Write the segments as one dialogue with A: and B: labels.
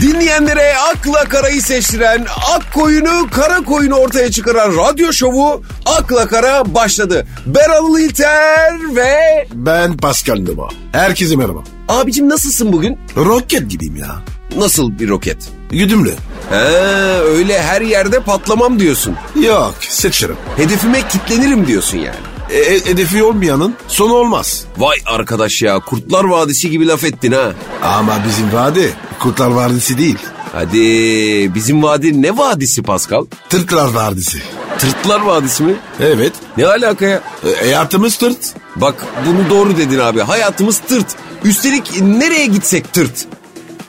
A: Dinleyenlere akla karayı seçtiren, ak koyunu kara koyunu ortaya çıkaran radyo şovu Akla Kara başladı. Beralı İlter ve...
B: Ben Pascal Numa. Herkese merhaba.
A: Abicim nasılsın bugün?
B: Roket gibiyim ya.
A: Nasıl bir roket?
B: Güdümlü.
A: Ha, öyle her yerde patlamam diyorsun.
B: Yok seçerim.
A: Hedefime kitlenirim diyorsun yani.
B: E, e- hedefi olmayanın sonu olmaz.
A: Vay arkadaş ya Kurtlar Vadisi gibi laf ettin ha.
B: Ama bizim vade Kurtlar Vadisi değil.
A: Hadi bizim vadi ne vadisi Pascal?
B: Tırtlar Vadisi.
A: Tırtlar Vadisi mi?
B: Evet.
A: Ne alaka ya?
B: E, hayatımız tırt.
A: Bak bunu doğru dedin abi. Hayatımız tırt. Üstelik nereye gitsek tırt.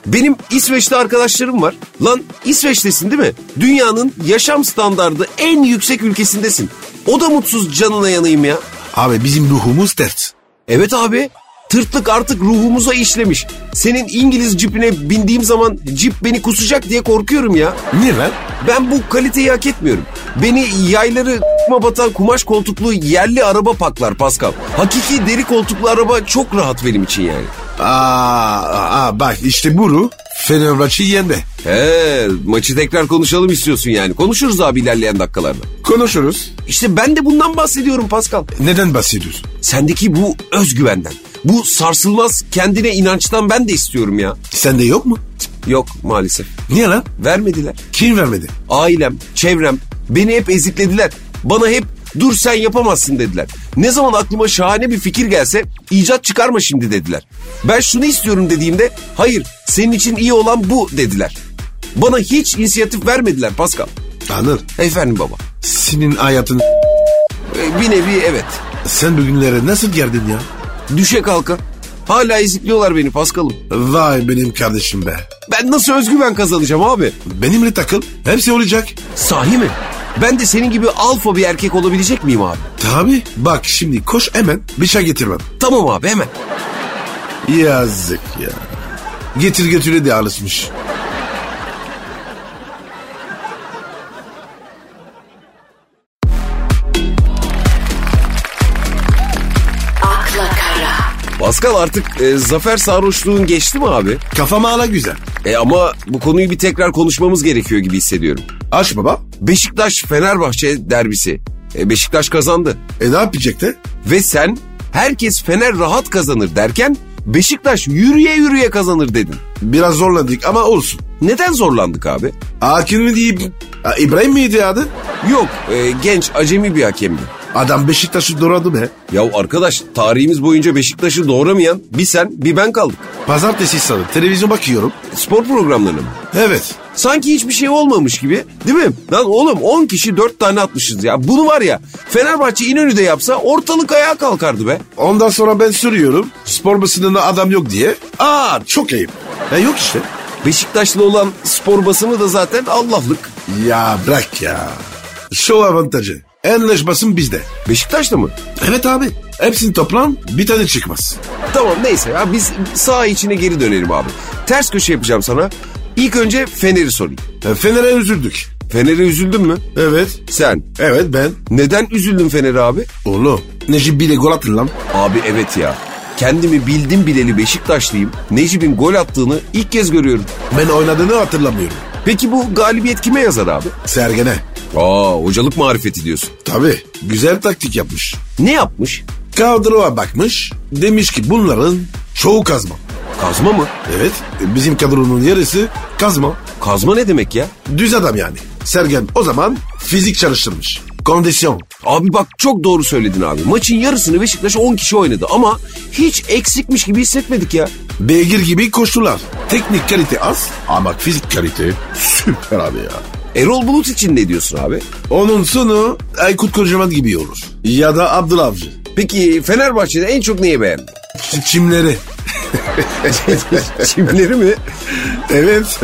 A: Benim İsveçli arkadaşlarım var. Lan İsveç'tesin değil mi? Dünyanın yaşam standardı en yüksek ülkesindesin. O da mutsuz canına yanayım ya.
B: Abi bizim ruhumuz tırt.
A: Evet abi. Tırtlık artık ruhumuza işlemiş. Senin İngiliz cipine bindiğim zaman cip beni kusacak diye korkuyorum ya.
B: Niye ben?
A: Ben bu kaliteyi hak etmiyorum. Beni yayları k***ma batan kumaş koltuklu yerli araba paklar Pascal. Hakiki deri koltuklu araba çok rahat benim için yani.
B: Aa, aa bak işte bu ruh Fenerbahçe yendi.
A: He, maçı tekrar konuşalım istiyorsun yani. Konuşuruz abi ilerleyen dakikalarda.
B: Konuşuruz.
A: İşte ben de bundan bahsediyorum Pascal.
B: Neden bahsediyorsun?
A: Sendeki bu özgüvenden, bu sarsılmaz kendine inançtan ben de istiyorum ya.
B: Sende yok mu?
A: Yok maalesef.
B: Niye lan?
A: Vermediler.
B: Kim vermedi?
A: ailem, çevrem beni hep eziklediler. Bana hep dur sen yapamazsın dediler. Ne zaman aklıma şahane bir fikir gelse icat çıkarma şimdi dediler. Ben şunu istiyorum dediğimde hayır senin için iyi olan bu dediler. Bana hiç inisiyatif vermediler Pascal.
B: Tanır.
A: Efendim baba.
B: Senin hayatın...
A: E, Bir nevi evet.
B: Sen bugünlere nasıl geldin ya?
A: Düşe kalka. Hala ezikliyorlar beni Pascal'ım.
B: Vay benim kardeşim be.
A: Ben nasıl özgüven kazanacağım abi?
B: Benimle takıl. Hepsi olacak.
A: Sahi mi? Ben de senin gibi alfa bir erkek olabilecek miyim abi?
B: Tabi. Bak şimdi koş hemen bir şey getirmem.
A: Tamam abi hemen.
B: Yazık ya. Getir götüre de alışmış.
C: akla kara,
A: Pascal artık e, zafer sarhoşluğun geçti mi abi?
B: Kafama ala güzel.
A: E ama bu konuyu bir tekrar konuşmamız gerekiyor gibi hissediyorum.
B: Aç baba.
A: Beşiktaş Fenerbahçe derbisi. E, Beşiktaş kazandı
B: E ne yapacaktı?
A: ve sen herkes Fener rahat kazanır derken Beşiktaş yürüye yürüye kazanır dedin.
B: Biraz zorladık ama olsun.
A: Neden zorlandık abi?
B: Hakim mi deyip... Ha, İbrahim miydi adı?
A: Yok e, genç acemi bir hakemdi.
B: Adam Beşiktaş'ı doğradı be.
A: Ya arkadaş tarihimiz boyunca Beşiktaş'ı doğramayan bir sen bir ben kaldık.
B: Pazartesi sanırım. Televizyon bakıyorum.
A: Spor programlarına mı?
B: Evet.
A: Sanki hiçbir şey olmamış gibi değil mi? Lan oğlum 10 kişi 4 tane atmışız ya. Bunu var ya Fenerbahçe İnönü'de yapsa ortalık ayağa kalkardı be.
B: Ondan sonra ben sürüyorum. Spor basınında adam yok diye. Aa çok ayıp. Ya yok işte.
A: Beşiktaşlı olan spor basını da zaten Allah'lık.
B: Ya bırak ya. Şov avantajı. Enleş basın bizde.
A: Beşiktaşlı mı?
B: Evet abi. Hepsini toplam bir tane çıkmaz.
A: Tamam neyse ya biz sağ içine geri dönelim abi. Ters köşe yapacağım sana. İlk önce Fener'i sorayım.
B: E, Fener'e üzüldük.
A: Fener'e üzüldün mü?
B: Evet.
A: Sen.
B: Evet ben.
A: Neden üzüldün Fener'e abi?
B: Oğlum. Necip bile gol attı lan.
A: Abi evet ya. Kendimi bildim bileli Beşiktaşlıyım. Necip'in gol attığını ilk kez görüyorum.
B: Ben oynadığını hatırlamıyorum.
A: Peki bu galibiyet kime yazar abi?
B: Sergen'e.
A: Aa hocalık marifeti diyorsun.
B: Tabii. Güzel taktik yapmış.
A: Ne yapmış?
B: Kadroya bakmış. Demiş ki bunların çoğu kazma.
A: Kazma mı?
B: Evet. e, Bizim kadronun yarısı kazma.
A: Kazma ne demek ya?
B: Düz adam yani. Sergen o zaman fizik çalıştırmış. Kondisyon.
A: Abi bak çok doğru söyledin abi. Maçın yarısını Beşiktaş 10 kişi oynadı ama hiç eksikmiş gibi hissetmedik ya.
B: Beygir gibi koştular. Teknik kalite az ama fizik kalite süper abi ya.
A: Erol Bulut için ne diyorsun abi?
B: Onun sonu Aykut Kocaman gibi olur. Ya da Abdullah Avcı.
A: Peki Fenerbahçe'de en çok neyi beğendin?
B: Ç- Çimleri.
A: Çimleri mi?
B: Evet.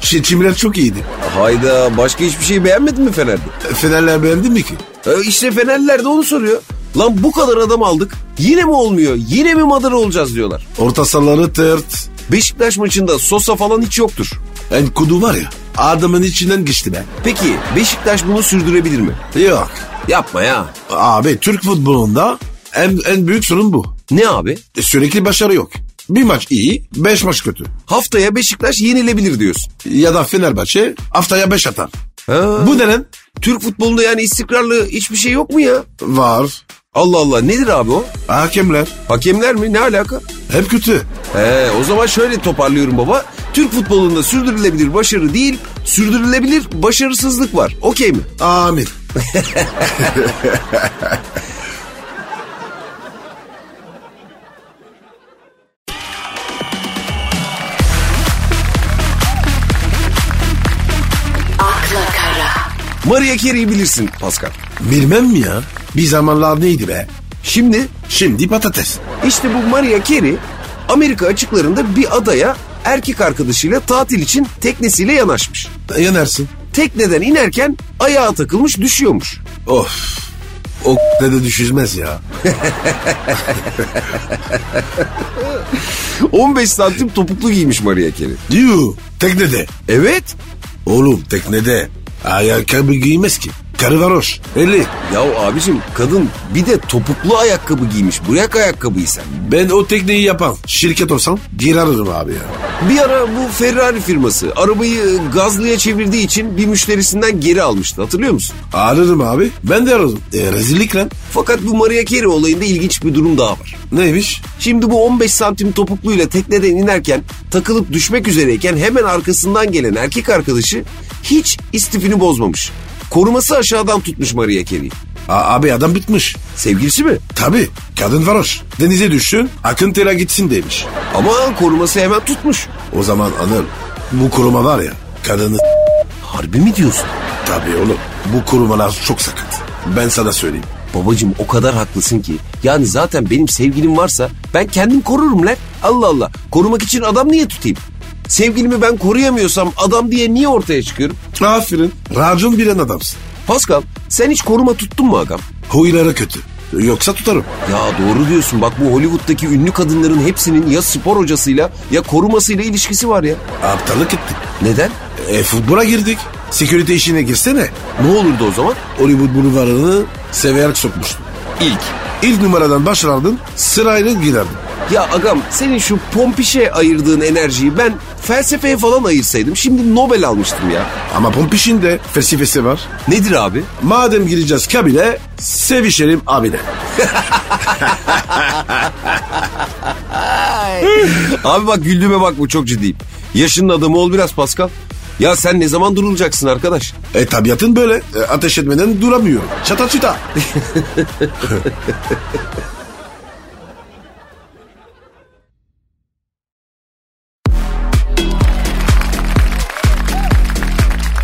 B: Şey, çimler çok iyiydi.
A: Hayda başka hiçbir şey beğenmedin mi Fener'de?
B: Fenerler beğendin mi ki?
A: E, işte Fenerliler de onu soruyor. Lan bu kadar adam aldık yine mi olmuyor? Yine mi madara olacağız diyorlar.
B: Orta sahaları tırt.
A: Beşiktaş maçında Sosa falan hiç yoktur.
B: En kudu var ya. Adamın içinden geçti be.
A: Peki Beşiktaş bunu sürdürebilir mi?
B: Yok.
A: Yapma ya.
B: Abi Türk futbolunda en, en büyük sorun bu.
A: Ne abi?
B: E, Sürekli başarı yok. Bir maç iyi, beş maç kötü.
A: Haftaya Beşiktaş yenilebilir diyorsun.
B: Ya da Fenerbahçe haftaya beş atar.
A: Ha.
B: Bu denen
A: Türk futbolunda yani istikrarlı hiçbir şey yok mu ya?
B: var.
A: Allah Allah nedir abi o?
B: Hakemler
A: Hakemler mi? Ne alaka?
B: hep kötü.
A: He, o zaman şöyle toparlıyorum baba. Türk futbolunda sürdürülebilir başarı değil, sürdürülebilir başarısızlık var. Okey mi?
B: Amin.
C: akla kara,
A: Maria Carey'i bilirsin Pascal.
B: Bilmem mi ya? Bir zamanlar neydi be?
A: Şimdi
B: Şimdi patates.
A: işte bu Maria Carey Amerika açıklarında bir adaya erkek arkadaşıyla tatil için teknesiyle yanaşmış.
B: Yanarsın.
A: Tekneden inerken ayağa takılmış düşüyormuş.
B: Of. O ne de düşüzmez ya.
A: 15 santim topuklu giymiş Maria Carey.
B: Diyor. Teknede.
A: Evet.
B: Oğlum teknede. Ayakkabı giymez ki. Karı varoş. Eli.
A: Ya abicim kadın bir de topuklu ayakkabı giymiş. Bırak ayakkabıyı sen.
B: Ben o tekneyi yapan şirket olsam girarım abi ya.
A: Bir ara bu Ferrari firması arabayı gazlıya çevirdiği için bir müşterisinden geri almıştı hatırlıyor musun?
B: Ararım abi. Ben de ararım. E, rezillik lan.
A: Fakat bu Maria Carey olayında ilginç bir durum daha var.
B: Neymiş?
A: Şimdi bu 15 santim topukluyla tekneden inerken takılıp düşmek üzereyken hemen arkasından gelen erkek arkadaşı hiç istifini bozmamış. Koruması aşağıdan tutmuş Maria Carey'i.
B: A- abi adam bitmiş.
A: Sevgilisi mi?
B: Tabii. Kadın varoş. Denize düşsün. Akıntıyla gitsin demiş.
A: Ama koruması hemen tutmuş.
B: O zaman Anıl bu kuruma var ya kadını
A: Harbi mi diyorsun?
B: tabii oğlum bu kurumalar çok sakat. Ben sana söyleyeyim.
A: Babacım o kadar haklısın ki. Yani zaten benim sevgilim varsa ben kendim korurum lan. Allah Allah. Korumak için adam niye tutayım? Sevgilimi ben koruyamıyorsam adam diye niye ortaya çıkıyorum?
B: Aferin. Racon bilen adamsın.
A: Pascal sen hiç koruma tuttun mu agam?
B: Huyları kötü. Yoksa tutarım.
A: Ya doğru diyorsun bak bu Hollywood'daki ünlü kadınların hepsinin ya spor hocasıyla ya korumasıyla ilişkisi var ya.
B: Aptallık ettik.
A: Neden?
B: E futbola girdik. Security işine girsene.
A: Ne olurdu o zaman?
B: Hollywood bulvarını severek sokmuştun.
A: İlk.
B: İlk numaradan başlardın sırayla girerdin.
A: Ya agam senin şu pompişe ayırdığın enerjiyi ben felsefeye falan ayırsaydım şimdi Nobel almıştım ya.
B: Ama Pompiş'in de felsefesi var.
A: Nedir abi?
B: Madem gireceğiz kabile sevişelim abine.
A: Abi bak güldüğüme bak bu çok ciddiyim. Yaşının adamı ol biraz Pascal. Ya sen ne zaman durulacaksın arkadaş?
B: E tabiatın böyle. E, ateş etmeden duramıyor. Çata çıta.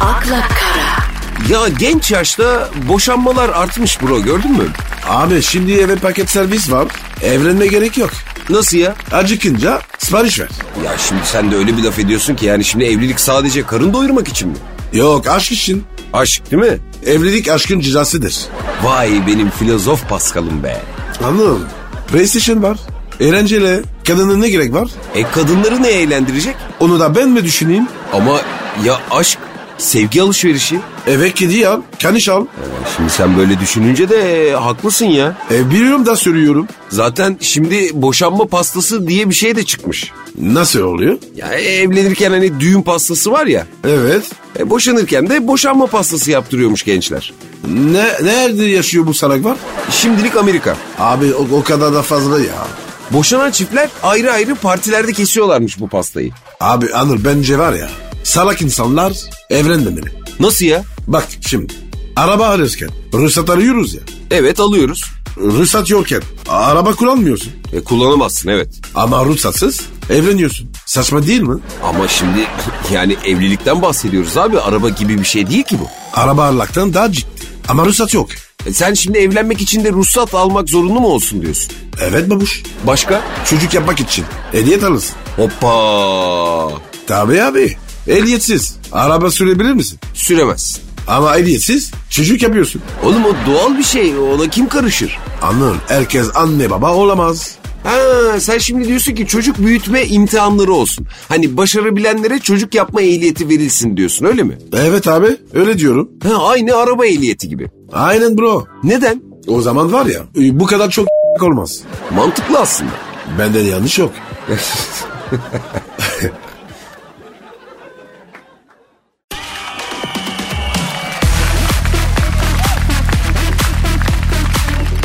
C: akla kara,
A: Ya genç yaşta boşanmalar artmış bro gördün mü?
B: Abi şimdi eve paket servis var. Evlenme gerek yok.
A: Nasıl ya?
B: Acıkınca sipariş ver.
A: Ya şimdi sen de öyle bir laf ediyorsun ki yani şimdi evlilik sadece karın doyurmak için mi?
B: Yok aşk için.
A: Aşk değil mi?
B: Evlilik aşkın cezasıdır.
A: Vay benim filozof Pascal'ım be.
B: Anladım. PlayStation var. Eğlenceli. Kadının ne gerek var?
A: E kadınları ne eğlendirecek?
B: Onu da ben mi düşüneyim?
A: Ama ya aşk, sevgi alışverişi.
B: Eve kedi al, kaniş al.
A: Ya Şimdi sen böyle düşününce de e, haklısın ya.
B: E, biliyorum da söylüyorum.
A: Zaten şimdi boşanma pastası diye bir şey de çıkmış.
B: Nasıl oluyor?
A: Ya evlenirken hani düğün pastası var ya.
B: Evet.
A: E boşanırken de boşanma pastası yaptırıyormuş gençler.
B: Ne, nerede yaşıyor bu salak var?
A: Şimdilik Amerika.
B: Abi o, o kadar da fazla ya.
A: Boşanan çiftler ayrı ayrı partilerde kesiyorlarmış bu pastayı.
B: Abi Anıl bence var ya. Salak insanlar evlenmemeli.
A: Nasıl ya?
B: Bak şimdi. Araba alırken ruhsat arıyoruz ya.
A: Evet alıyoruz.
B: Ruhsat yokken araba kullanmıyorsun.
A: E kullanamazsın evet.
B: Ama ruhsatsız evleniyorsun. Saçma değil mi?
A: Ama şimdi yani evlilikten bahsediyoruz abi. Araba gibi bir şey değil ki bu.
B: Araba almaktan daha ciddi. Ama ruhsat yok.
A: E sen şimdi evlenmek için de ruhsat almak zorunlu mu olsun diyorsun?
B: Evet babuş.
A: Başka?
B: Çocuk yapmak için. Ehliyet alırsın.
A: Hoppa!
B: Tabii abi. Ehliyetsiz. Araba sürebilir misin?
A: Süremez.
B: Ama ehliyetsiz çocuk yapıyorsun.
A: Oğlum o doğal bir şey. Ona kim karışır?
B: Anıl herkes anne baba olamaz.
A: Ha, sen şimdi diyorsun ki çocuk büyütme imtihanları olsun. Hani başarabilenlere çocuk yapma ehliyeti verilsin diyorsun öyle mi?
B: Evet abi öyle diyorum.
A: Ha, aynı araba ehliyeti gibi.
B: Aynen bro.
A: Neden?
B: O zaman var ya bu kadar çok olmaz.
A: Mantıklı aslında.
B: Benden yanlış yok.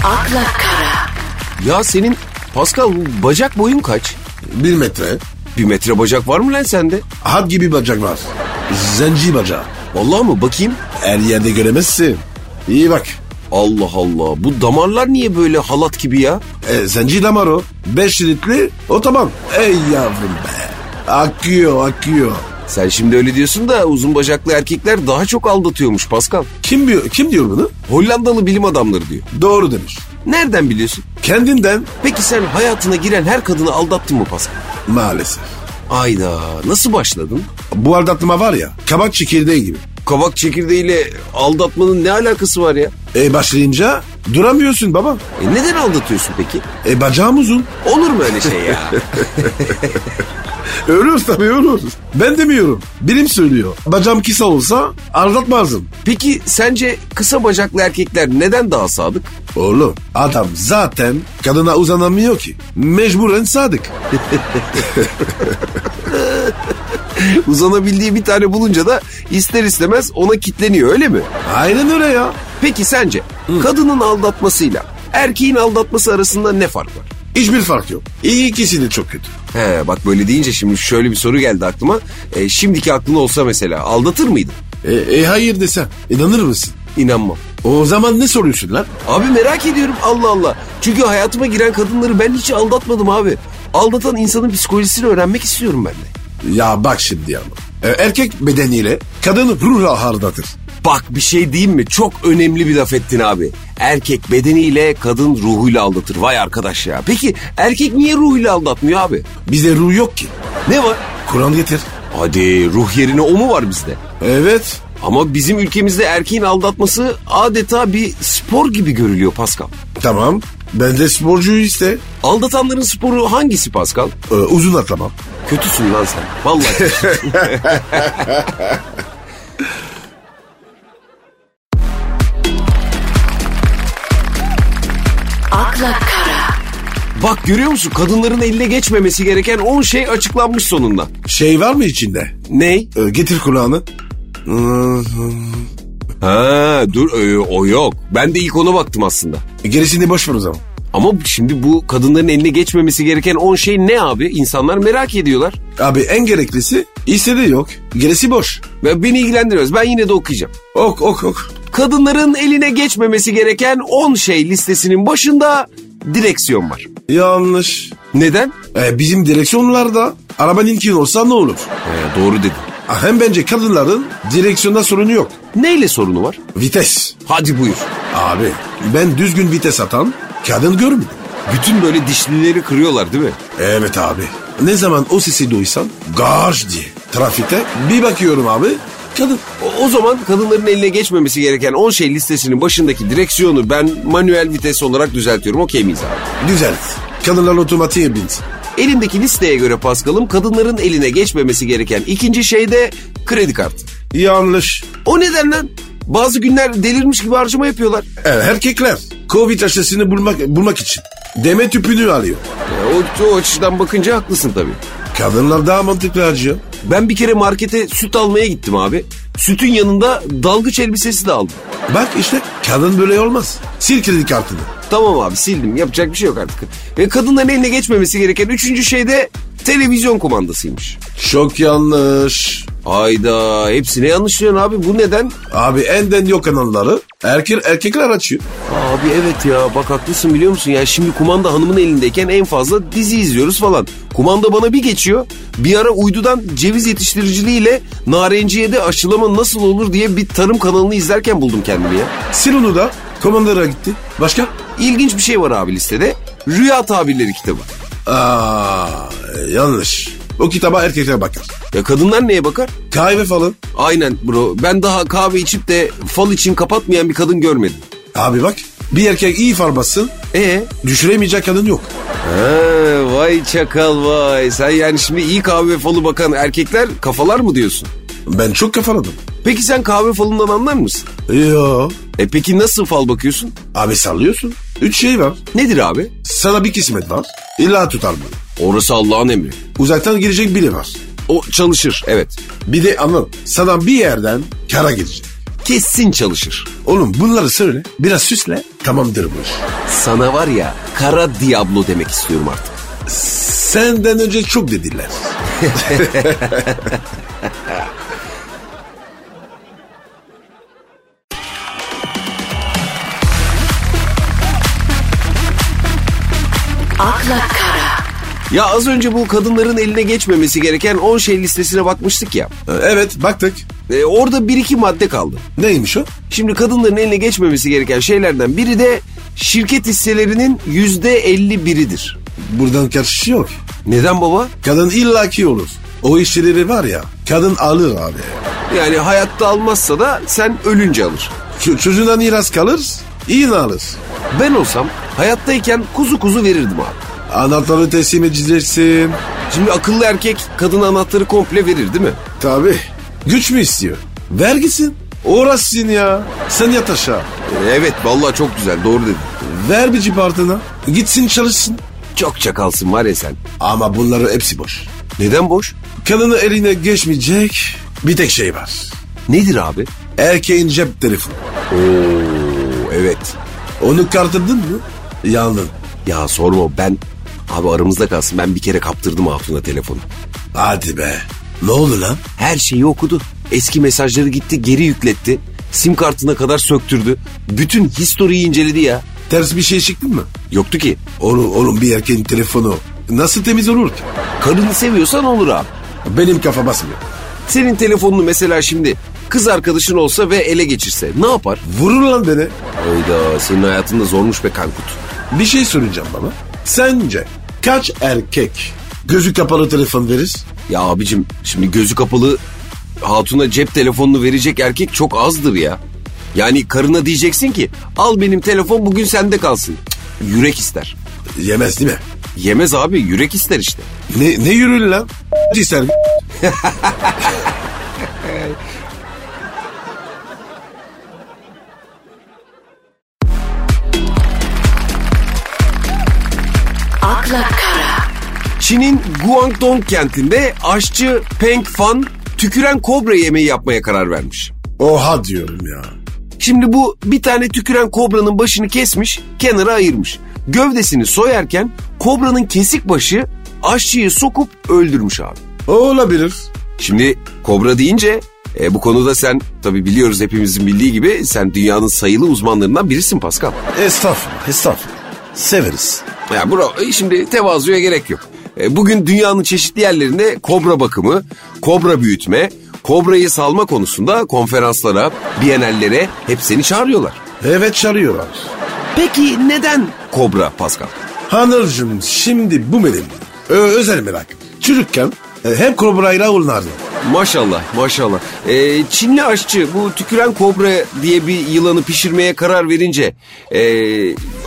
C: akla kara,
A: Ya senin Pascal bu bacak boyun kaç?
B: Bir metre.
A: Bir metre bacak var mı lan sende?
B: Had gibi bacak var. Zenci bacağı.
A: Vallahi mı bakayım?
B: Her yerde göremezsin. İyi bak.
A: Allah Allah bu damarlar niye böyle halat gibi ya?
B: E, zenci damar o. Beş şiritli o tamam. Ey yavrum be. Akıyor akıyor.
A: Sen şimdi öyle diyorsun da uzun bacaklı erkekler daha çok aldatıyormuş Pascal.
B: Kim, diyor- kim diyor bunu?
A: Hollandalı bilim adamları diyor.
B: Doğru demiş.
A: Nereden biliyorsun?
B: Kendinden
A: Peki sen hayatına giren her kadını aldattın mı Pascal?
B: maalesef.
A: Ayda nasıl başladın?
B: Bu aldatma var ya kabak çekirdeği gibi.
A: Kabak çekirdeğiyle aldatmanın ne alakası var ya?
B: E başlayınca duramıyorsun baba.
A: E neden aldatıyorsun peki?
B: E bacağım uzun.
A: Olur mu öyle şey ya?
B: Ölürüz tabii ölürüz. Ben demiyorum. Bilim söylüyor. Bacağım kısa olsa aldatmazdım.
A: peki sence kısa bacaklı erkekler neden daha sadık?
B: Oğlum adam zaten kadına uzanamıyor ki. Mecburen sadık.
A: Uzanabildiği bir tane bulunca da ister istemez ona kitleniyor öyle mi?
B: Aynen öyle ya.
A: Peki sence kadının aldatmasıyla erkeğin aldatması arasında ne fark var?
B: Hiçbir fark yok. İkisi de çok kötü.
A: He bak böyle deyince şimdi şöyle bir soru geldi aklıma. E, şimdiki aklın olsa mesela aldatır mıydın?
B: E, e, hayır desen inanır mısın?
A: İnanmam.
B: O zaman ne soruyorsun lan?
A: Abi merak ediyorum Allah Allah. Çünkü hayatıma giren kadınları ben hiç aldatmadım abi. Aldatan insanın psikolojisini öğrenmek istiyorum ben de.
B: Ya bak şimdi ama. E, erkek bedeniyle kadını ruhla hardatır.
A: Bak bir şey diyeyim mi? Çok önemli bir laf ettin abi. Erkek bedeniyle kadın ruhuyla aldatır. Vay arkadaş ya. Peki erkek niye ruhuyla aldatmıyor abi?
B: Bizde ruh yok ki.
A: Ne var?
B: Kur'an getir.
A: Hadi ruh yerine o mu var bizde?
B: Evet.
A: Ama bizim ülkemizde erkeğin aldatması adeta bir spor gibi görülüyor Pascal.
B: Tamam. Ben de sporcuyu işte.
A: Aldatanların sporu hangisi Pascal?
B: E, uzun atlama.
A: Kötüsün lan sen. Vallahi. kötüsün.
C: akla kara,
A: Bak görüyor musun kadınların eline geçmemesi gereken 10 şey açıklanmış sonunda.
B: Şey var mı içinde?
A: Ney?
B: E, getir kulağını.
A: Ha dur e, o yok. Ben de ilk ona baktım aslında.
B: E, gerisini boş ver o zaman.
A: Ama şimdi bu kadınların eline geçmemesi gereken 10 şey ne abi? İnsanlar merak ediyorlar.
B: Abi en gereklisi istediği yok. Gerisi boş.
A: Ve beni ilgilendirmez. Ben yine de okuyacağım.
B: Ok ok ok.
A: Kadınların eline geçmemesi gereken 10 şey listesinin başında direksiyon var.
B: Yanlış.
A: Neden?
B: E, bizim direksiyonlarda araba linkin olsa ne olur?
A: Ee, doğru dedin.
B: Ha, Hem bence kadınların direksiyonda sorunu yok.
A: Neyle sorunu var?
B: Vites.
A: Hadi buyur.
B: Abi ben düzgün vites atan kadın görmedim.
A: Bütün böyle dişlileri kırıyorlar değil mi?
B: Evet abi. Ne zaman o sesi duysan garj diye trafikte bir bakıyorum abi kadın.
A: O, o zaman kadınların eline geçmemesi gereken 10 şey listesinin başındaki direksiyonu ben manuel vites olarak düzeltiyorum. Okey miyiz abi?
B: Güzel. Kadınlar otomatiğe binsin.
A: Elimdeki listeye göre Paskal'ım kadınların eline geçmemesi gereken ikinci şey de kredi kartı.
B: Yanlış.
A: O nedenle bazı günler delirmiş gibi harcama yapıyorlar.
B: E, erkekler Covid aşısını bulmak, bulmak için deme tüpünü alıyor.
A: Ya, E, o, o açıdan bakınca haklısın tabii.
B: Kadınlar daha mantıklı harcıyor.
A: Ben bir kere markete süt almaya gittim abi. Sütün yanında dalgıç elbisesi de aldım.
B: Bak işte kadın böyle olmaz. Sil kredi kartını.
A: Tamam abi sildim yapacak bir şey yok artık. Ve kadınların eline geçmemesi gereken üçüncü şey de televizyon kumandasıymış.
B: Çok yanlış.
A: Hayda hepsine yanlış diyorsun abi bu neden?
B: Abi enden yok kanalları erkek, erkekler açıyor.
A: Abi evet ya bak haklısın biliyor musun ya şimdi kumanda hanımın elindeyken en fazla dizi izliyoruz falan. Kumanda bana bir geçiyor bir ara uydudan ceviz yetiştiriciliğiyle narenciye de aşılama nasıl olur diye bir tarım kanalını izlerken buldum kendimi ya.
B: Sil onu da komandalara gitti. Başka?
A: İlginç bir şey var abi listede rüya tabirleri kitabı.
B: Aa, yanlış. O kitaba erkekler bakar.
A: Ya kadınlar neye bakar?
B: Kahve falan.
A: Aynen bro. Ben daha kahve içip de fal için kapatmayan bir kadın görmedim.
B: Abi bak bir erkek iyi farmasın
A: E
B: düşüremeyecek kadın yok.
A: Ha, vay çakal vay. Sen yani şimdi iyi kahve falı bakan erkekler kafalar mı diyorsun?
B: Ben çok kafaladım.
A: Peki sen kahve falından anlar mısın?
B: Yo.
A: E peki nasıl fal bakıyorsun?
B: Abi sallıyorsun. Üç şey var.
A: Nedir abi?
B: Sana bir kısmet var. İlla tutar mı?
A: Orası Allah'ın emri.
B: Uzaktan girecek biri var.
A: O çalışır evet.
B: Bir de anlat. Sana bir yerden kara gelecek.
A: Kesin çalışır.
B: Oğlum bunları söyle. Biraz süsle. Tamamdır bu iş.
A: Sana var ya kara Diablo demek istiyorum artık.
B: Senden önce çok dediler.
C: akla kara,
A: Ya az önce bu kadınların eline geçmemesi gereken 10 şey listesine bakmıştık ya.
B: Ee, Evet baktık.
A: E, orada bir iki madde kaldı.
B: Neymiş o?
A: Şimdi kadınların eline geçmemesi gereken şeylerden biri de şirket hisselerinin yüzde 51'idir.
B: Buradan kaçış yok.
A: Neden baba?
B: Kadın illaki olur. O işleri var ya kadın alır abi.
A: Yani hayatta almazsa da sen ölünce alır.
B: Ç- çocuğuna miras kalır, iyi alır.
A: Ben olsam hayattayken kuzu kuzu verirdim abi.
B: Anahtarı teslim edeceksin.
A: Şimdi akıllı erkek kadına anahtarı komple verir değil mi?
B: Tabi. Güç mü istiyor? Ver gitsin. Orasın ya. Sen yat aşağı.
A: E, Evet vallahi çok güzel doğru dedin.
B: Ver bir cipartına. Gitsin çalışsın.
A: Çok çakalsın var ya sen.
B: Ama bunların hepsi boş.
A: Neden boş?
B: Kadının eline geçmeyecek bir tek şey var.
A: Nedir abi?
B: Erkeğin cep telefonu.
A: O, evet.
B: Onu kartırdın mı? Yandın.
A: Ya sorma ben abi aramızda kalsın ben bir kere kaptırdım hatuna telefonu.
B: Hadi be. Ne oldu lan?
A: Her şeyi okudu. Eski mesajları gitti geri yükletti. Sim kartına kadar söktürdü. Bütün historiyi inceledi ya.
B: Ters bir şey çıktın mı?
A: Yoktu ki.
B: Oğlum, oğlum bir erkeğin telefonu nasıl temiz olur ki?
A: Karını seviyorsan olur abi.
B: Benim kafa basmıyor.
A: Senin telefonunu mesela şimdi kız arkadaşın olsa ve ele geçirse ne yapar?
B: Vurur lan beni.
A: Hayda senin hayatında zormuş be kankut.
B: Bir şey soracağım bana. Sence kaç erkek gözü kapalı telefon verir?
A: Ya abicim şimdi gözü kapalı hatuna cep telefonunu verecek erkek çok azdır ya. Yani karına diyeceksin ki al benim telefon bugün sende kalsın. Cık, Yürek ister.
B: Yemez değil mi?
A: Yemez abi yürek ister işte.
B: Ne, ne yürür lan? İster.
C: akla kara,
A: Çin'in Guangdong kentinde aşçı Peng Fan tüküren kobra yemeği yapmaya karar vermiş.
B: Oha diyorum ya.
A: Şimdi bu bir tane tüküren kobranın başını kesmiş, kenara ayırmış. Gövdesini soyarken kobranın kesik başı aşçıyı sokup öldürmüş abi.
B: Olabilir.
A: Şimdi kobra deyince e, bu konuda sen tabi biliyoruz hepimizin bildiği gibi sen dünyanın sayılı uzmanlarından birisin Pascal.
B: Estağfurullah, estağfurullah. Severiz.
A: Ya bro e, şimdi tevazuya gerek yok. E, bugün dünyanın çeşitli yerlerinde kobra bakımı, kobra büyütme, kobrayı salma konusunda konferanslara, bienallere hep seni çağırıyorlar.
B: Evet çağırıyorlar.
A: Peki neden kobra Pascal?
B: Hanırcığım şimdi bu benim ö- özel merak. Çocukken e, hep kobrayla oynardım.
A: Maşallah maşallah. E, Çinli aşçı bu tüküren kobra diye bir yılanı pişirmeye karar verince e,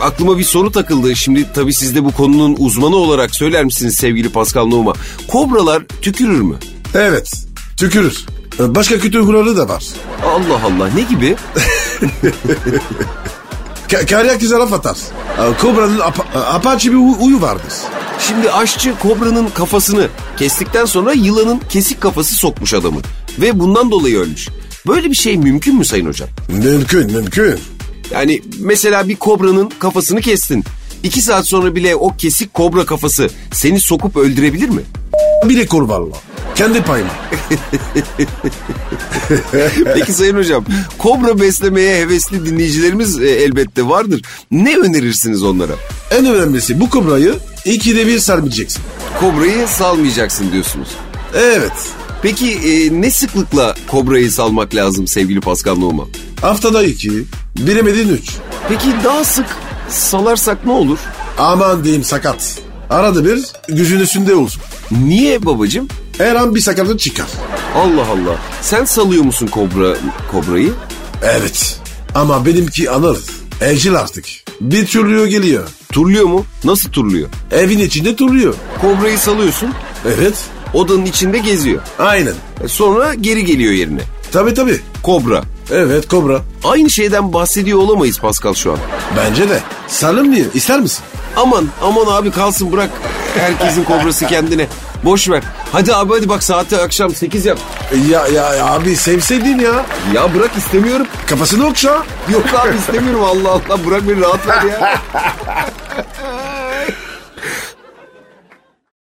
A: aklıma bir soru takıldı. Şimdi tabii siz de bu konunun uzmanı olarak söyler misiniz sevgili Pascal Numa? Kobralar tükürür mü?
B: Evet tükürür. E, Başka kötü huyları da var.
A: Allah Allah ne gibi?
B: Ka- Karyak laf atar. E, Kobranın apa- e, apaçı bir uyu uyu vardır.
A: Şimdi aşçı kobranın kafasını kestikten sonra yılanın kesik kafası sokmuş adamı. Ve bundan dolayı ölmüş. Böyle bir şey mümkün mü Sayın Hocam?
B: Mümkün mümkün.
A: Yani mesela bir kobranın kafasını kestin. İki saat sonra bile o kesik kobra kafası seni sokup öldürebilir mi?
B: Biri kor valla. Kendi payıma.
A: Peki Sayın Hocam, kobra beslemeye hevesli dinleyicilerimiz e, elbette vardır. Ne önerirsiniz onlara?
B: En önemlisi bu kobrayı ikide bir sarmayacaksın.
A: Kobrayı salmayacaksın diyorsunuz.
B: Evet.
A: Peki e, ne sıklıkla kobrayı salmak lazım sevgili Pascal Nohman?
B: Haftada iki, bilemedin üç.
A: Peki daha sık salarsak ne olur?
B: Aman diyeyim sakat. Arada bir gücün üstünde olsun.
A: Niye babacığım?
B: Her an bir sakatlık çıkar.
A: Allah Allah. Sen salıyor musun kobra kobrayı?
B: Evet. Ama benimki anır. Evcil artık. Bir türlü geliyor.
A: Turluyor mu? Nasıl turluyor?
B: Evin içinde turluyor.
A: Kobrayı salıyorsun.
B: Evet.
A: Odanın içinde geziyor.
B: Aynen.
A: E, Sonra geri geliyor yerine.
B: Tabii tabii.
A: Kobra.
B: Evet kobra.
A: Aynı şeyden bahsediyor olamayız Pascal şu an.
B: Bence de. Sarılır mı? İster misin?
A: Aman aman abi kalsın bırak. Herkesin kobrası kendine. Boş ver. Hadi abi hadi bak saati akşam 8 yap.
B: Ya, ya, ya abi sevseydin ya.
A: Ya bırak istemiyorum.
B: Kafasını okşa.
A: Yok abi istemiyorum Allah Allah bırak beni rahat ver ya.